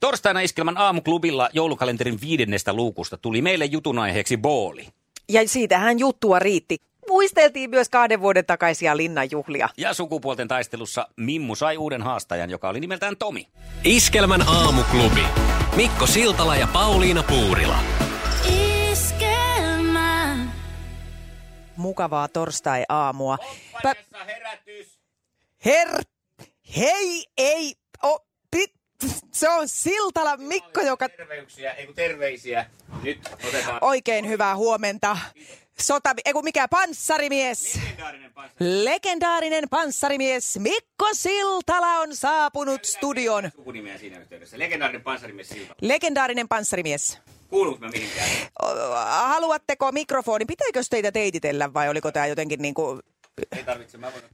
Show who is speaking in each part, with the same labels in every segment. Speaker 1: Torstaina Iskelman aamuklubilla joulukalenterin viidennestä luukusta tuli meille jutun aiheeksi booli.
Speaker 2: Ja siitähän juttua riitti. Muisteltiin myös kahden vuoden takaisia linnanjuhlia.
Speaker 1: Ja sukupuolten taistelussa Mimmu sai uuden haastajan, joka oli nimeltään Tomi.
Speaker 3: Iskelmän aamuklubi. Mikko Siltala ja Pauliina Puurila.
Speaker 4: Iskelmä.
Speaker 2: Mukavaa torstai-aamua. Pä- her... Hei, ei... O, pit, se on Siltala Mikko, joka...
Speaker 1: Terveyksiä, ei kun terveisiä. Nyt otetaan
Speaker 2: Oikein hyvää huomenta. Sota... Eiku, mikä panssarimies?
Speaker 1: legendaarinen paikka.
Speaker 2: Legendaarinen panssarimies Mikko Siltala on saapunut studion.
Speaker 1: Sukunimeä siinä yhteydessä. Legendaarinen panssarimies Silva.
Speaker 2: Legendaarinen panssarimies.
Speaker 1: Kuuluuko mä mihinkään?
Speaker 2: O, Haluatteko mikrofonin? Pitääkö teitä teititellä vai oliko tämä jotenkin niin kuin...
Speaker 1: Ei tarvitse, mä voin...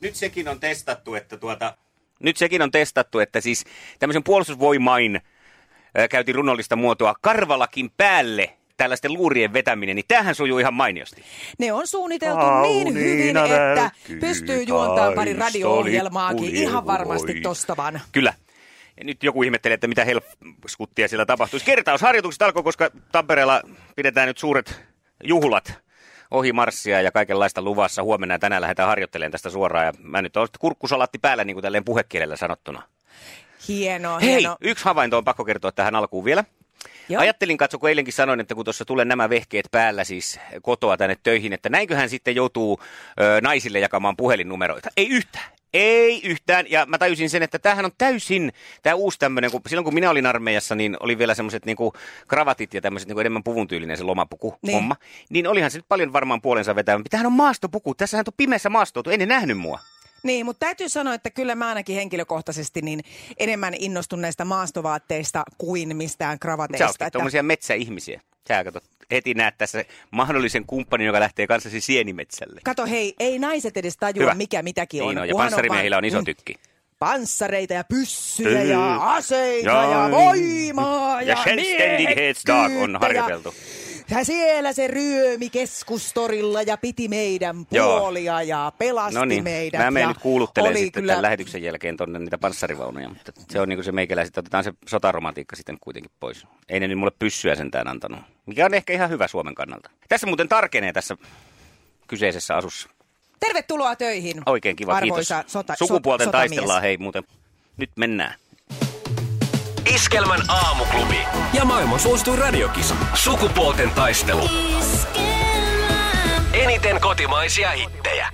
Speaker 1: Nyt sekin on testattu, että tuota... Nyt sekin on testattu, että siis tämmöisen puolustusvoimain ää, käytin runollista muotoa karvalakin päälle tällaisten luurien vetäminen, niin tämähän sujuu ihan mainiosti.
Speaker 2: Ne on suunniteltu niin hyvin, että pystyy juontamaan pari radio-ohjelmaakin ihan varmasti tosta vaan.
Speaker 1: Kyllä. Ja nyt joku ihmettelee, että mitä helskuttia siellä tapahtuisi. Kertausharjoitukset alkoi, koska Tampereella pidetään nyt suuret juhlat ohi marssia ja kaikenlaista luvassa. Huomenna ja tänään lähdetään harjoittelemaan tästä suoraan. Ja mä nyt olen sitten kurkkusalatti päällä, niin kuin tälleen puhekielellä sanottuna.
Speaker 2: Hienoa,
Speaker 1: Hei,
Speaker 2: hienoa.
Speaker 1: yksi havainto on pakko kertoa tähän alkuun vielä.
Speaker 2: Joo.
Speaker 1: Joo. Ajattelin, katso, kun eilenkin sanoin, että kun tuossa tulee nämä vehkeet päällä siis kotoa tänne töihin, että näinköhän sitten joutuu ö, naisille jakamaan puhelinnumeroita. Ei yhtään. Ei yhtään. Ja mä tajusin sen, että tämähän on täysin, tämä uusi tämmöinen, kun silloin kun minä olin armeijassa, niin oli vielä semmoiset niinku kravatit ja tämmöiset niinku enemmän puvun tyylinen se lomapuku
Speaker 2: Niin.
Speaker 1: niin. homma. Niin olihan se nyt paljon varmaan puolensa vetävämpi. Tämähän on maastopuku. Tässähän on pimeässä maastoutu. Ei ne nähnyt mua.
Speaker 2: Niin, mutta täytyy sanoa, että kyllä mä ainakin henkilökohtaisesti niin enemmän innostun näistä maastovaatteista kuin mistään
Speaker 1: Sä
Speaker 2: kravateista.
Speaker 1: ootkin tuommoisia metsäihmisiä. Sä katsot, heti näet tässä mahdollisen kumppanin, joka lähtee kanssasi sienimetsälle.
Speaker 2: Kato, hei, ei naiset edes tajua,
Speaker 1: Hyvä.
Speaker 2: mikä mitäkin on.
Speaker 1: Niin on, ja
Speaker 2: Kunhan
Speaker 1: panssarimiehillä
Speaker 2: vaan-
Speaker 1: on iso
Speaker 2: Mm,
Speaker 1: tykki.
Speaker 2: Panssareita ja pyssyjä
Speaker 1: Tyy.
Speaker 2: ja aseita ja,
Speaker 1: Jaa.
Speaker 2: voimaa ja,
Speaker 1: Ja Shellstanding Heads Dark on
Speaker 2: miehekkyyttä
Speaker 1: harjoiteltu.
Speaker 2: Ja, ja siellä se ryömi keskustorilla ja piti meidän
Speaker 1: Joo.
Speaker 2: puolia ja pelasti
Speaker 1: No niin,
Speaker 2: meidät.
Speaker 1: mä menen
Speaker 2: ja
Speaker 1: nyt kuuluttelemaan
Speaker 2: oli
Speaker 1: sitten
Speaker 2: kyllä-
Speaker 1: tämän lähetyksen jälkeen tonne niitä panssarivaunuja, mutta se on niin kuin se meikäläiset, otetaan se sotaromantiikka sitten kuitenkin pois. Ei ne nyt mulle pyssyä sentään antanut, mikä on ehkä ihan hyvä Suomen kannalta. Tässä muuten tarkenee tässä kyseisessä asussa.
Speaker 2: Tervetuloa töihin.
Speaker 1: Oikein kiva,
Speaker 2: arvoisa
Speaker 1: kiitos.
Speaker 2: Sota,
Speaker 1: Sukupuolten
Speaker 2: so- sotamies.
Speaker 1: taistellaan, hei muuten. Nyt mennään.
Speaker 3: Iskelmän aamuklubi. Ja maailman suosituin radiokisa. Sukupuolten taistelu.
Speaker 4: Iskelmä.
Speaker 3: Eniten kotimaisia hittejä.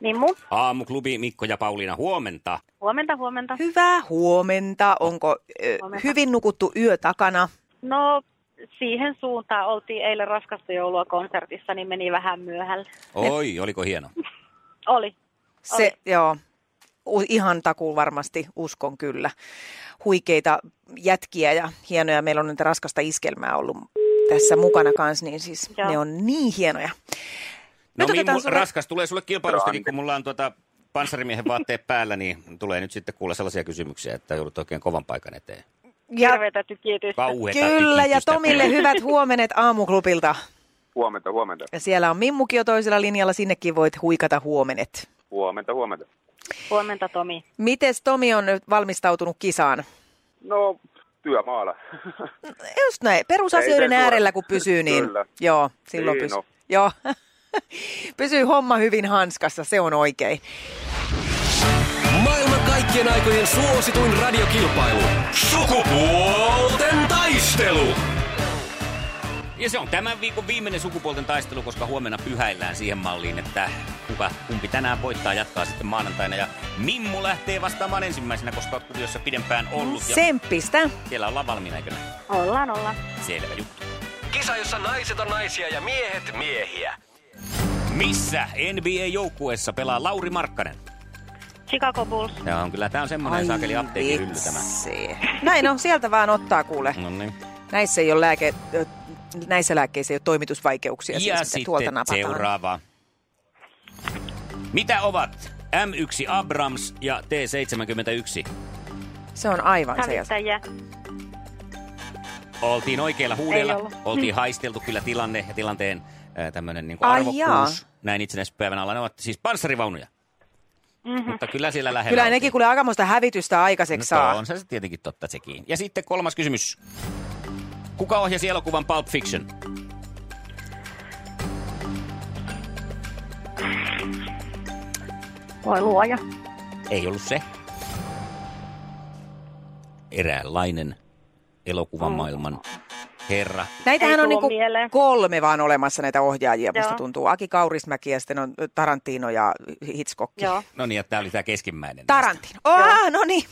Speaker 5: Mimmu,
Speaker 1: Aamuklubi Mikko ja Pauliina, huomenta.
Speaker 5: huomenta, huomenta.
Speaker 2: Hyvää huomenta. Onko ö,
Speaker 5: Huomenta.
Speaker 2: hyvin nukuttu yö takana?
Speaker 5: No, siihen suuntaan oltiin eilen raskasta joulua konsertissa, niin meni vähän myöhälle.
Speaker 1: Oi, oliko hieno.
Speaker 5: Oli.
Speaker 2: Se, joo. U- Ihan takuu varmasti, uskon kyllä. Huikeita jätkiä ja hienoja. Meillä on nyt raskasta iskelmää ollut tässä mukana kanssa, niin siis joo.
Speaker 5: Joo.
Speaker 2: ne on niin hienoja.
Speaker 1: No
Speaker 2: Nyt otetaan
Speaker 1: Mimmu,
Speaker 2: sulle-
Speaker 1: raskas tulee sulle kilpailustakin, kun mulla on tuota panssarimiehen vaatteet päällä, niin tulee nyt sitten kuulla sellaisia kysymyksiä, että joudut oikein kovan paikan eteen.
Speaker 2: Ja
Speaker 5: Terveitä tykitystä.
Speaker 1: Kauheeta
Speaker 2: kyllä, ja
Speaker 1: tikitystä
Speaker 2: Tomille
Speaker 1: päällä.
Speaker 2: hyvät huomenet aamuklubilta.
Speaker 6: Huomenta, huomenta.
Speaker 2: Ja siellä on Mimmukin jo toisella linjalla, sinnekin voit huikata huomenet.
Speaker 6: Huomenta, huomenta.
Speaker 5: Huomenta, Tomi.
Speaker 2: Mites Tomi on nyt valmistautunut kisaan?
Speaker 6: No, työmaalla.
Speaker 2: Just näin. Perusasioiden
Speaker 6: Ei se
Speaker 2: äärellä
Speaker 6: suora-
Speaker 2: kun pysyy, niin
Speaker 6: Kyllä.
Speaker 2: joo, silloin
Speaker 6: Niin
Speaker 2: pysyy.
Speaker 6: on.
Speaker 2: Joo. pysyy homma hyvin hanskassa, se on oikein.
Speaker 3: Maailman kaikkien aikojen suosituin radiokilpailu. Sukupuolten taistelu.
Speaker 1: Ja se on tämän viikon viimeinen sukupuolten taistelu, koska huomenna pyhäillään siihen malliin, että kuka, kumpi tänään voittaa jatkaa sitten maanantaina. Ja Mimmu lähtee vastaamaan ensimmäisenä, koska olet kuviossa pidempään ollut. Ja
Speaker 2: Semppistä.
Speaker 1: siellä ollaan valmiina, eikö näin?
Speaker 5: Ollaan, ollaan.
Speaker 1: Selvä juttu.
Speaker 3: Kisa, jossa naiset on naisia ja miehet miehiä.
Speaker 1: Missä NBA-joukkueessa pelaa Lauri Markkanen?
Speaker 5: Chicago Bulls.
Speaker 1: Tämä on kyllä, tämä on semmoinen saakeli apteekin hylly tämä.
Speaker 2: vitsi. Näin on, sieltä vaan ottaa kuule.
Speaker 1: No niin.
Speaker 2: Näissä ei ole lääke, ö, näissä lääkkeissä ei ole toimitusvaikeuksia. siis,
Speaker 1: Ja
Speaker 2: mitä tuolta
Speaker 1: sitten
Speaker 2: napataan.
Speaker 1: seuraava. Mitä ovat M1 Abrams ja T71?
Speaker 2: Se on aivan se. ja se.
Speaker 5: Hävittäjiä.
Speaker 1: Oltiin oikeilla huudella,
Speaker 5: Ei ollut.
Speaker 1: oltiin haisteltu kyllä tilanne ja tilanteen äh, tämmöinen niin
Speaker 2: Ai jaa.
Speaker 1: arvokkuus. Näin itsenäispäivän alla. Ne ovat siis panssarivaunuja. Mm-hmm. Mutta kyllä siellä lähellä
Speaker 2: Kyllä
Speaker 1: oltiin.
Speaker 2: nekin kuule aikamoista hävitystä
Speaker 1: No
Speaker 2: aikaiseksi saa.
Speaker 1: tuo on se se tietenkin totta sekin. Ja sitten kolmas kysymys. Kuka ohjasi elokuvan Pulp Fiction?
Speaker 5: Voi luoja.
Speaker 1: Ei ollut se. Eräänlainen
Speaker 2: Mm.
Speaker 1: elokuvamaailman herra.
Speaker 2: Näitähän
Speaker 5: Ei
Speaker 2: on
Speaker 5: tule
Speaker 2: niinku
Speaker 5: mieleen.
Speaker 2: kolme vaan olemassa näitä ohjaajia, musta
Speaker 5: Joo.
Speaker 2: tuntuu. Aki Kaurismäki ja sitten on Tarantino ja Hitchcock.
Speaker 5: Joo.
Speaker 1: No niin, ja tämä oli tämä keskimmäinen.
Speaker 2: Tarantino. Oh, no niin.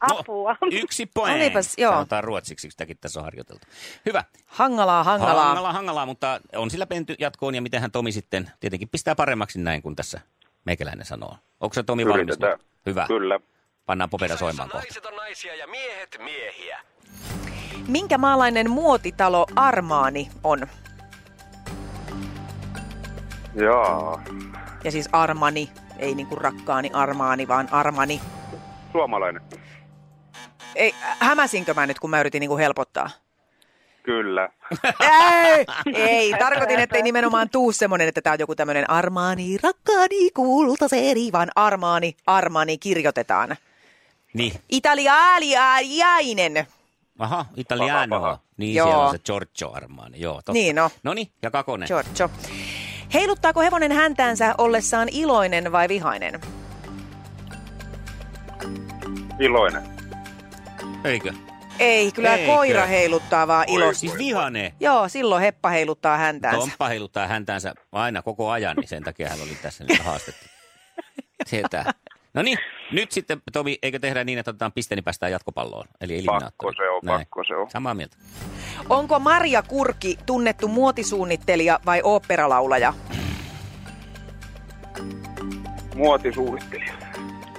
Speaker 5: Apua.
Speaker 1: No, yksi point.
Speaker 2: Olipas, joo.
Speaker 1: Sanotaan ruotsiksi, kun sitäkin tässä on harjoiteltu. Hyvä.
Speaker 2: Hangalaa, hangalaa.
Speaker 1: hangalaa, hangalaa, mutta on sillä penty jatkoon, ja mitenhän Tomi sitten tietenkin pistää paremmaksi näin kuin tässä meikäläinen sanoo. Onko se Tomi valmis?
Speaker 6: Yritetään.
Speaker 1: nyt? Hyvä.
Speaker 6: Kyllä.
Speaker 1: Pannaan popeda soimaan kohta.
Speaker 3: Naiset on naisia ja miehet miehiä.
Speaker 2: Minkä maalainen muotitalo Armaani on?
Speaker 6: Jaa.
Speaker 2: Ja siis Armani, ei niinku rakkaani Armaani, vaan Armani.
Speaker 6: Suomalainen.
Speaker 2: Ei, hämäsinkö mä nyt, kun mä yritin niinku helpottaa?
Speaker 6: Kyllä.
Speaker 2: Ei, ei, tarkoitin, että ei nimenomaan tuu semmoinen, että tämä on joku tämmöinen Armaani, rakkaani, kultaseri, vaan Armaani, Armani kirjoitetaan.
Speaker 1: Niin.
Speaker 2: Italiaaliainen.
Speaker 1: Aha, italiano.
Speaker 6: Paha, paha.
Speaker 1: Niin,
Speaker 2: Joo.
Speaker 1: Joo. siellä on se Giorgio Armani. Joo, totta.
Speaker 2: Niin, no.
Speaker 1: Noniin, ja Kakonen.
Speaker 2: Giorgio. Heiluttaako hevonen häntäänsä ollessaan iloinen vai vihainen?
Speaker 6: Iloinen.
Speaker 1: Eikö?
Speaker 2: Ei, kyllä
Speaker 1: Eikö?
Speaker 2: koira heiluttaa vaan ilosta.
Speaker 1: Siis vihane.
Speaker 2: Joo, silloin heppa heiluttaa häntäänsä.
Speaker 1: Tomppa heiluttaa häntäänsä aina koko ajan, niin sen takia hän oli tässä nyt haastettu. Sieltä. No niin, nyt sitten Tomi, eikö tehdä niin, että otetaan piste, niin päästään jatkopalloon. Eli eliminaattori.
Speaker 6: Pakko se on, pakko se on.
Speaker 1: Samaa mieltä.
Speaker 2: Onko Maria Kurki tunnettu muotisuunnittelija vai oopperalaulaja?
Speaker 6: Muotisuunnittelija.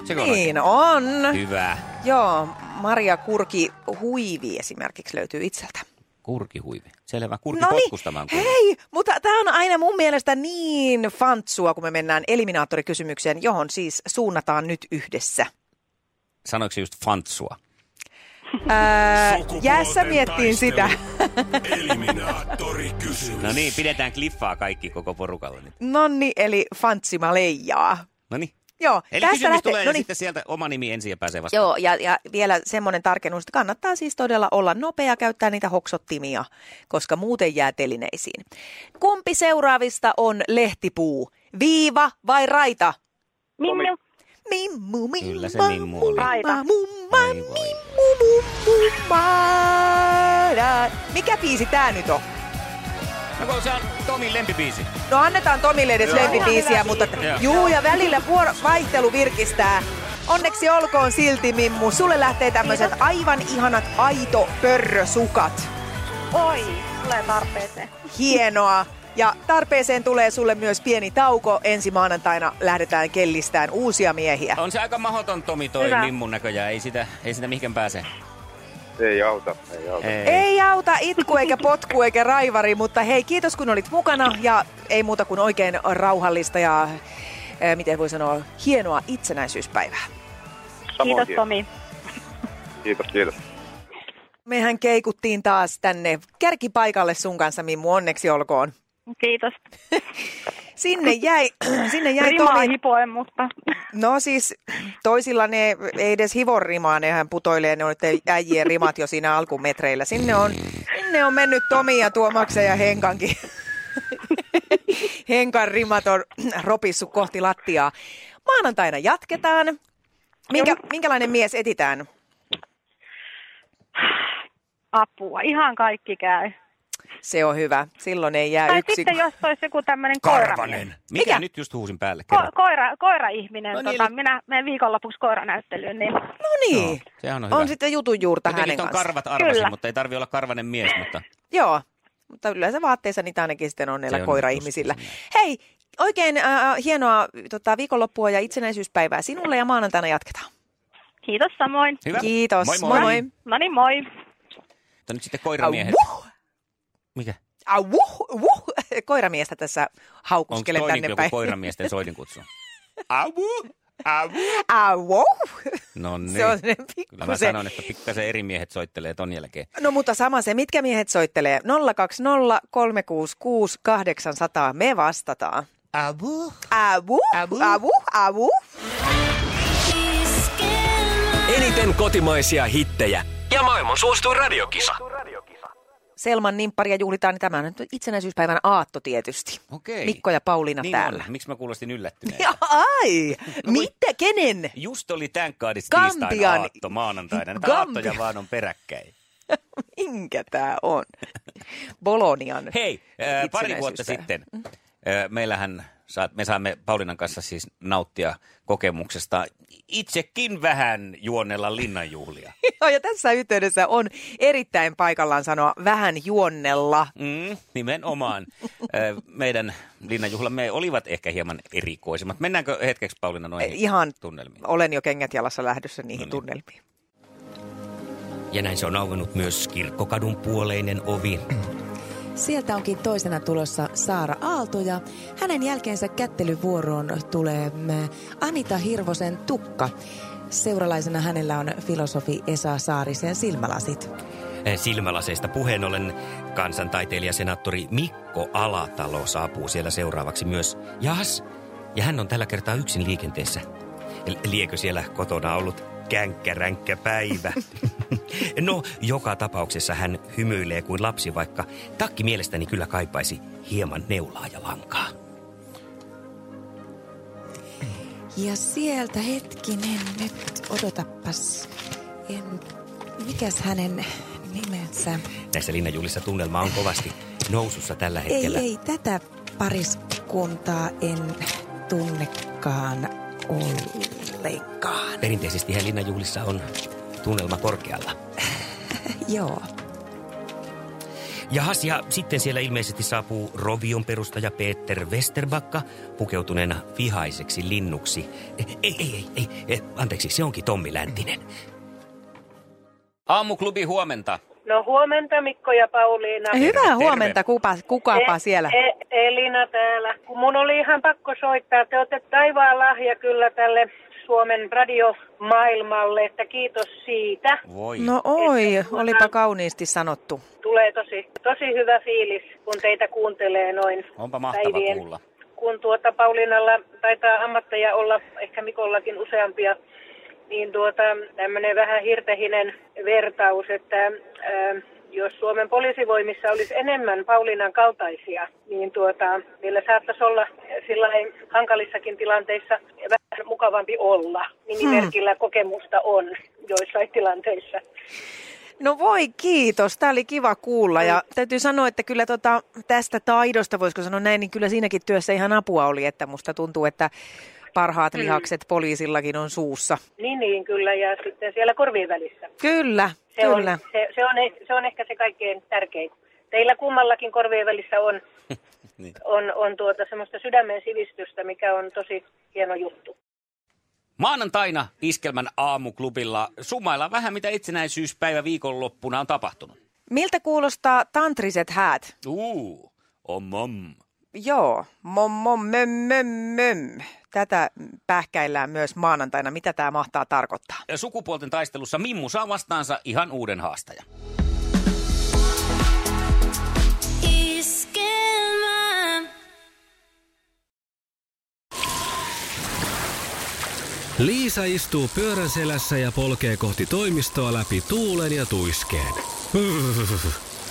Speaker 1: Se on oikein.
Speaker 2: Niin on.
Speaker 1: Hyvä.
Speaker 2: Joo, Maria Kurki huivi esimerkiksi löytyy itseltä.
Speaker 1: Kurkihuivi. Selvä. Kurki
Speaker 2: No
Speaker 1: potkustamaan.
Speaker 2: niin,
Speaker 1: kuuluu.
Speaker 2: hei, mutta tämä on aina mun mielestä niin fantsua, kun me mennään eliminaattorikysymykseen, johon siis suunnataan nyt yhdessä.
Speaker 1: Sanoiko se just fantsua?
Speaker 2: Ää,
Speaker 7: Sukupuolten
Speaker 2: jäässä miettiin sitä.
Speaker 7: taistelu. Eliminaattori kysymys.
Speaker 1: No niin, pidetään kliffaa kaikki koko porukalla nyt.
Speaker 2: Nonni, eli fantsima leijaa.
Speaker 1: No niin.
Speaker 2: Joo,
Speaker 1: Eli
Speaker 2: tästä
Speaker 1: kysymys
Speaker 2: lähtee.
Speaker 1: tulee
Speaker 2: no
Speaker 1: ja
Speaker 2: niin.
Speaker 1: sitten sieltä oma nimi ensin ja pääsee vastaan.
Speaker 2: Joo, ja, ja vielä semmoinen tarkennus, että kannattaa siis todella olla nopea käyttää niitä hoksottimia, koska muuten jää telineisiin. Kumpi seuraavista on lehtipuu? Viiva vai raita?
Speaker 5: Minne?
Speaker 2: Mimmu, mimma,
Speaker 1: Kyllä se mimmu oli.
Speaker 2: mumma,
Speaker 5: Raita.
Speaker 2: mumma,
Speaker 1: Ai voi.
Speaker 2: mimmu, mummu, mumma, da. Mikä biisi tää nyt on?
Speaker 1: No kun se on Tomin lempibiisi.
Speaker 2: No annetaan Tomille edes lempibiisiä,
Speaker 5: Ihan hyvä
Speaker 2: mutta
Speaker 1: Joo.
Speaker 2: juu ja välillä vuoro- vaihtelu virkistää. Onneksi olkoon silti, Mimmu. Sulle lähtee tämmöiset aivan ihanat aito pörrösukat.
Speaker 5: Oi, tulee tarpeeseen.
Speaker 2: Hienoa. Ja tarpeeseen tulee sulle myös pieni tauko. Ensi maanantaina lähdetään kellistään uusia miehiä.
Speaker 1: On se aika mahoton Tomi toi
Speaker 5: Hyvä.
Speaker 1: Mimmun näköjään. Ei sitä, ei sitä mihinkään pääse.
Speaker 6: Ei auta, ei auta.
Speaker 2: Ei auta itku eikä potku eikä raivari, mutta hei, kiitos kun olit mukana ja ei muuta kuin oikein rauhallista ja äh, miten voi sanoa, hienoa itsenäisyyspäivää.
Speaker 6: Samoin
Speaker 5: Kiitos
Speaker 6: tien.
Speaker 5: Tomi.
Speaker 6: Kiitos, kiitos.
Speaker 2: Mehän keikuttiin taas tänne kärkipaikalle sun kanssa, Mimmu, onneksi olkoon.
Speaker 5: Kiitos.
Speaker 2: Sinne jäi, sinne jäi
Speaker 5: Rimaa
Speaker 2: Tomi.
Speaker 5: hipoen, mutta
Speaker 2: No siis toisilla ne ei edes hivon rimaa, nehän putoilee ne on nyt äijien rimat jo siinä alkumetreillä. Sinne on, sinne on mennyt Tomi ja Tuomaksen ja Henkankin. Henkan rimat on ropissut kohti lattiaa. Maanantaina jatketaan. Minkä, minkälainen mies etitään?
Speaker 5: apua. Ihan kaikki käy.
Speaker 2: Se on hyvä. Silloin ei jää
Speaker 5: Tai
Speaker 2: yksin.
Speaker 5: sitten jos olisi joku tämmöinen koira.
Speaker 1: Mikä?
Speaker 2: Mikä?
Speaker 1: Nyt just huusin päälle. Kerro.
Speaker 5: Ko- koira, koiraihminen.
Speaker 1: No niin,
Speaker 5: No niin, tota,
Speaker 1: eli-
Speaker 5: minä menen viikonlopuksi koiranäyttelyyn, niin
Speaker 2: No niin.
Speaker 1: Joo, sehän on hyvä.
Speaker 2: on sitten jutun juurta hänen
Speaker 1: Jotenkin on
Speaker 2: kanssaan.
Speaker 1: karvat arvasin,
Speaker 5: Kyllä.
Speaker 1: mutta ei tarvi olla karvanen mies, mutta
Speaker 2: Joo, mutta yleensä vaatteissa niitä ainakin sitten on
Speaker 1: Se
Speaker 2: näillä
Speaker 1: on
Speaker 2: koiraihmisillä.
Speaker 1: just
Speaker 2: Hei, Oikein äh, hienoa tota, viikonloppua ja itsenäisyyspäivää sinulle ja maanantaina jatketaan.
Speaker 5: Kiitos samoin.
Speaker 1: Hyvä.
Speaker 2: Kiitos.
Speaker 1: Moi moi.
Speaker 2: Moi moi.
Speaker 5: No niin, moi.
Speaker 1: Mutta nyt sitten koiramiehet.
Speaker 2: Auh,
Speaker 1: Mikä?
Speaker 2: auh, auh. Koiramiestä tässä
Speaker 1: Onko
Speaker 2: haukuskelen
Speaker 1: toi niin
Speaker 2: tänne
Speaker 1: joku
Speaker 2: päin.
Speaker 1: koiramiesten soitinkutsu? Avu! Avu!
Speaker 2: Auh,
Speaker 1: No niin.
Speaker 2: se on ne
Speaker 1: Kyllä mä
Speaker 2: pikkusen.
Speaker 1: sanoin, että pikkasen eri miehet soittelee ton jälkeen.
Speaker 2: No mutta sama se, mitkä miehet soittelee? 020 366 800, me vastataan.
Speaker 1: Avu!
Speaker 2: Avu,
Speaker 1: Avu.
Speaker 2: avu, avu, avu.
Speaker 3: Eniten kotimaisia hittejä ja maailman suosituin radiokisa.
Speaker 2: Selman nimpparia juhlitaan, niin tämä on nyt itsenäisyyspäivän aatto tietysti.
Speaker 1: Okei.
Speaker 2: Mikko ja Pauliina
Speaker 1: niin
Speaker 2: täällä.
Speaker 1: On. No Miksi mä kuulostin yllättyneen?
Speaker 2: Ai, mitä, kenen?
Speaker 1: Just oli Thank Godis tiistain
Speaker 2: Gambian-
Speaker 1: aatto maanantaina. Näitä
Speaker 2: Gambi-
Speaker 1: aattoja vaan on peräkkäin.
Speaker 2: Minkä tämä on? Bolonian.
Speaker 1: Hei, äh, pari vuotta
Speaker 2: itsenäisyyspäivä.
Speaker 1: sitten äh, meillähän saa, me saamme Paulinan kanssa siis nauttia kokemuksesta itsekin vähän juonella linnanjuhlia.
Speaker 2: Joo, ja tässä yhteydessä on erittäin paikallaan sanoa vähän juonnella.
Speaker 1: Mm, nimenomaan. Ö, Meidän linnanjuhlamme olivat ehkä hieman erikoisemmat. Mennäänkö hetkeksi Pauliina noihin
Speaker 2: Ihan
Speaker 1: tunnelmiin?
Speaker 2: olen jo kengät jalassa lähdössä niihin
Speaker 1: No niin.
Speaker 2: tunnelmiin.
Speaker 1: Ja näin se on auennut myös kirkkokadun puoleinen ovi.
Speaker 8: Sieltä onkin toisena tulossa Saara Aalto ja hänen jälkeensä kättelyvuoroon tulee mm, Anita Hirvosen tukka. Seuralaisena hänellä on filosofi Esa Saarisen silmälasit.
Speaker 9: Eh, Silmälaseista puheen ollen kansantaiteilija senaattori Mikko Alatalo saapuu siellä seuraavaksi myös. Jahas, ja hän on tällä kertaa yksin liikenteessä. L- Liekö siellä kotona ollut känkkäränkkä päivä? no, joka tapauksessa hän hymyilee kuin lapsi, vaikka takki mielestäni kyllä kaipaisi hieman neulaa ja lankaa.
Speaker 8: Ja sieltä hetkinen nyt, odotapas. En, mikäs hänen nimensä?
Speaker 9: Näissä linnanjuhlissa tunnelma on kovasti nousussa tällä
Speaker 8: Ei,
Speaker 9: hetkellä.
Speaker 8: ei, tätä pariskuntaa en tunnekaan ollenkaan.
Speaker 9: Perinteisesti hän linnanjuhlissa on tunnelma korkealla.
Speaker 8: Joo.
Speaker 9: Jahas, ja sitten siellä ilmeisesti saapuu Rovion perustaja Peter Westerbakka pukeutuneena vihaiseksi linnuksi. Ei, ei, ei, ei, ei, anteeksi, se onkin Tommi Läntinen.
Speaker 1: Aamuklubi huomenta.
Speaker 5: No huomenta Mikko ja Pauliina.
Speaker 2: Hyvää
Speaker 1: terve.
Speaker 2: huomenta, kupa, kukaapa
Speaker 5: E-
Speaker 2: siellä.
Speaker 5: E- Elina täällä. Kun mun oli ihan pakko soittaa, te olette taivaan lahja kyllä tälle Suomen radiomaailmalle, että kiitos siitä.
Speaker 1: Voi.
Speaker 2: No oi,
Speaker 5: Että-
Speaker 2: olipa kauniisti sanottu.
Speaker 5: Tulee tosi, tosi hyvä fiilis, kun teitä kuuntelee noin
Speaker 1: Onpa mahtava
Speaker 5: päivien.
Speaker 1: kuulla.
Speaker 5: Kun tuota Pauliinalla taitaa ammatteja olla, ehkä Mikollakin useampia, niin tuota, tämmöinen vähän hirtehinen vertaus, että ää, jos Suomen poliisivoimissa olisi enemmän Pauliinan kaltaisia, niin tuota, niillä saattaisi olla sillä hankalissakin tilanteissa vähän mukavampi olla. Nimimerkillä kokemusta on joissain tilanteissa.
Speaker 2: No voi kiitos, tämä oli kiva kuulla ja täytyy sanoa, että kyllä tota, tästä taidosta, voisiko sanoa näin, niin kyllä siinäkin työssä ihan apua oli, että musta tuntuu, että parhaat lihakset poliisillakin on suussa.
Speaker 5: Niin, niin kyllä, ja sitten siellä korvien välissä.
Speaker 2: Kyllä,
Speaker 5: Se,
Speaker 2: kyllä.
Speaker 5: On, se, se, on, eh- se on ehkä se kaikkein tärkein. Teillä kummallakin korvien välissä on,
Speaker 1: Niin.
Speaker 5: on, on tuota semmoista sydämen sivistystä, mikä on tosi hieno juttu.
Speaker 1: Maanantaina Iskelmän aamuklubilla sumaillaan vähän, mitä itsenäisyyspäivä viikonloppuna on tapahtunut.
Speaker 2: Miltä kuulostaa tantriset häät?
Speaker 1: Uu, om, om.
Speaker 2: Joo, mom, mom, möm, möm, möm. Tätä pähkäillään myös maanantaina. Mitä tämä mahtaa tarkoittaa?
Speaker 1: Ja Sukupuolten taistelussa Mimmu saa vastaansa ihan uuden haastajan.
Speaker 4: Iskelmä.
Speaker 3: Liisa istuu pyörän selässä ja polkee kohti toimistoa läpi tuulen ja tuiskeen.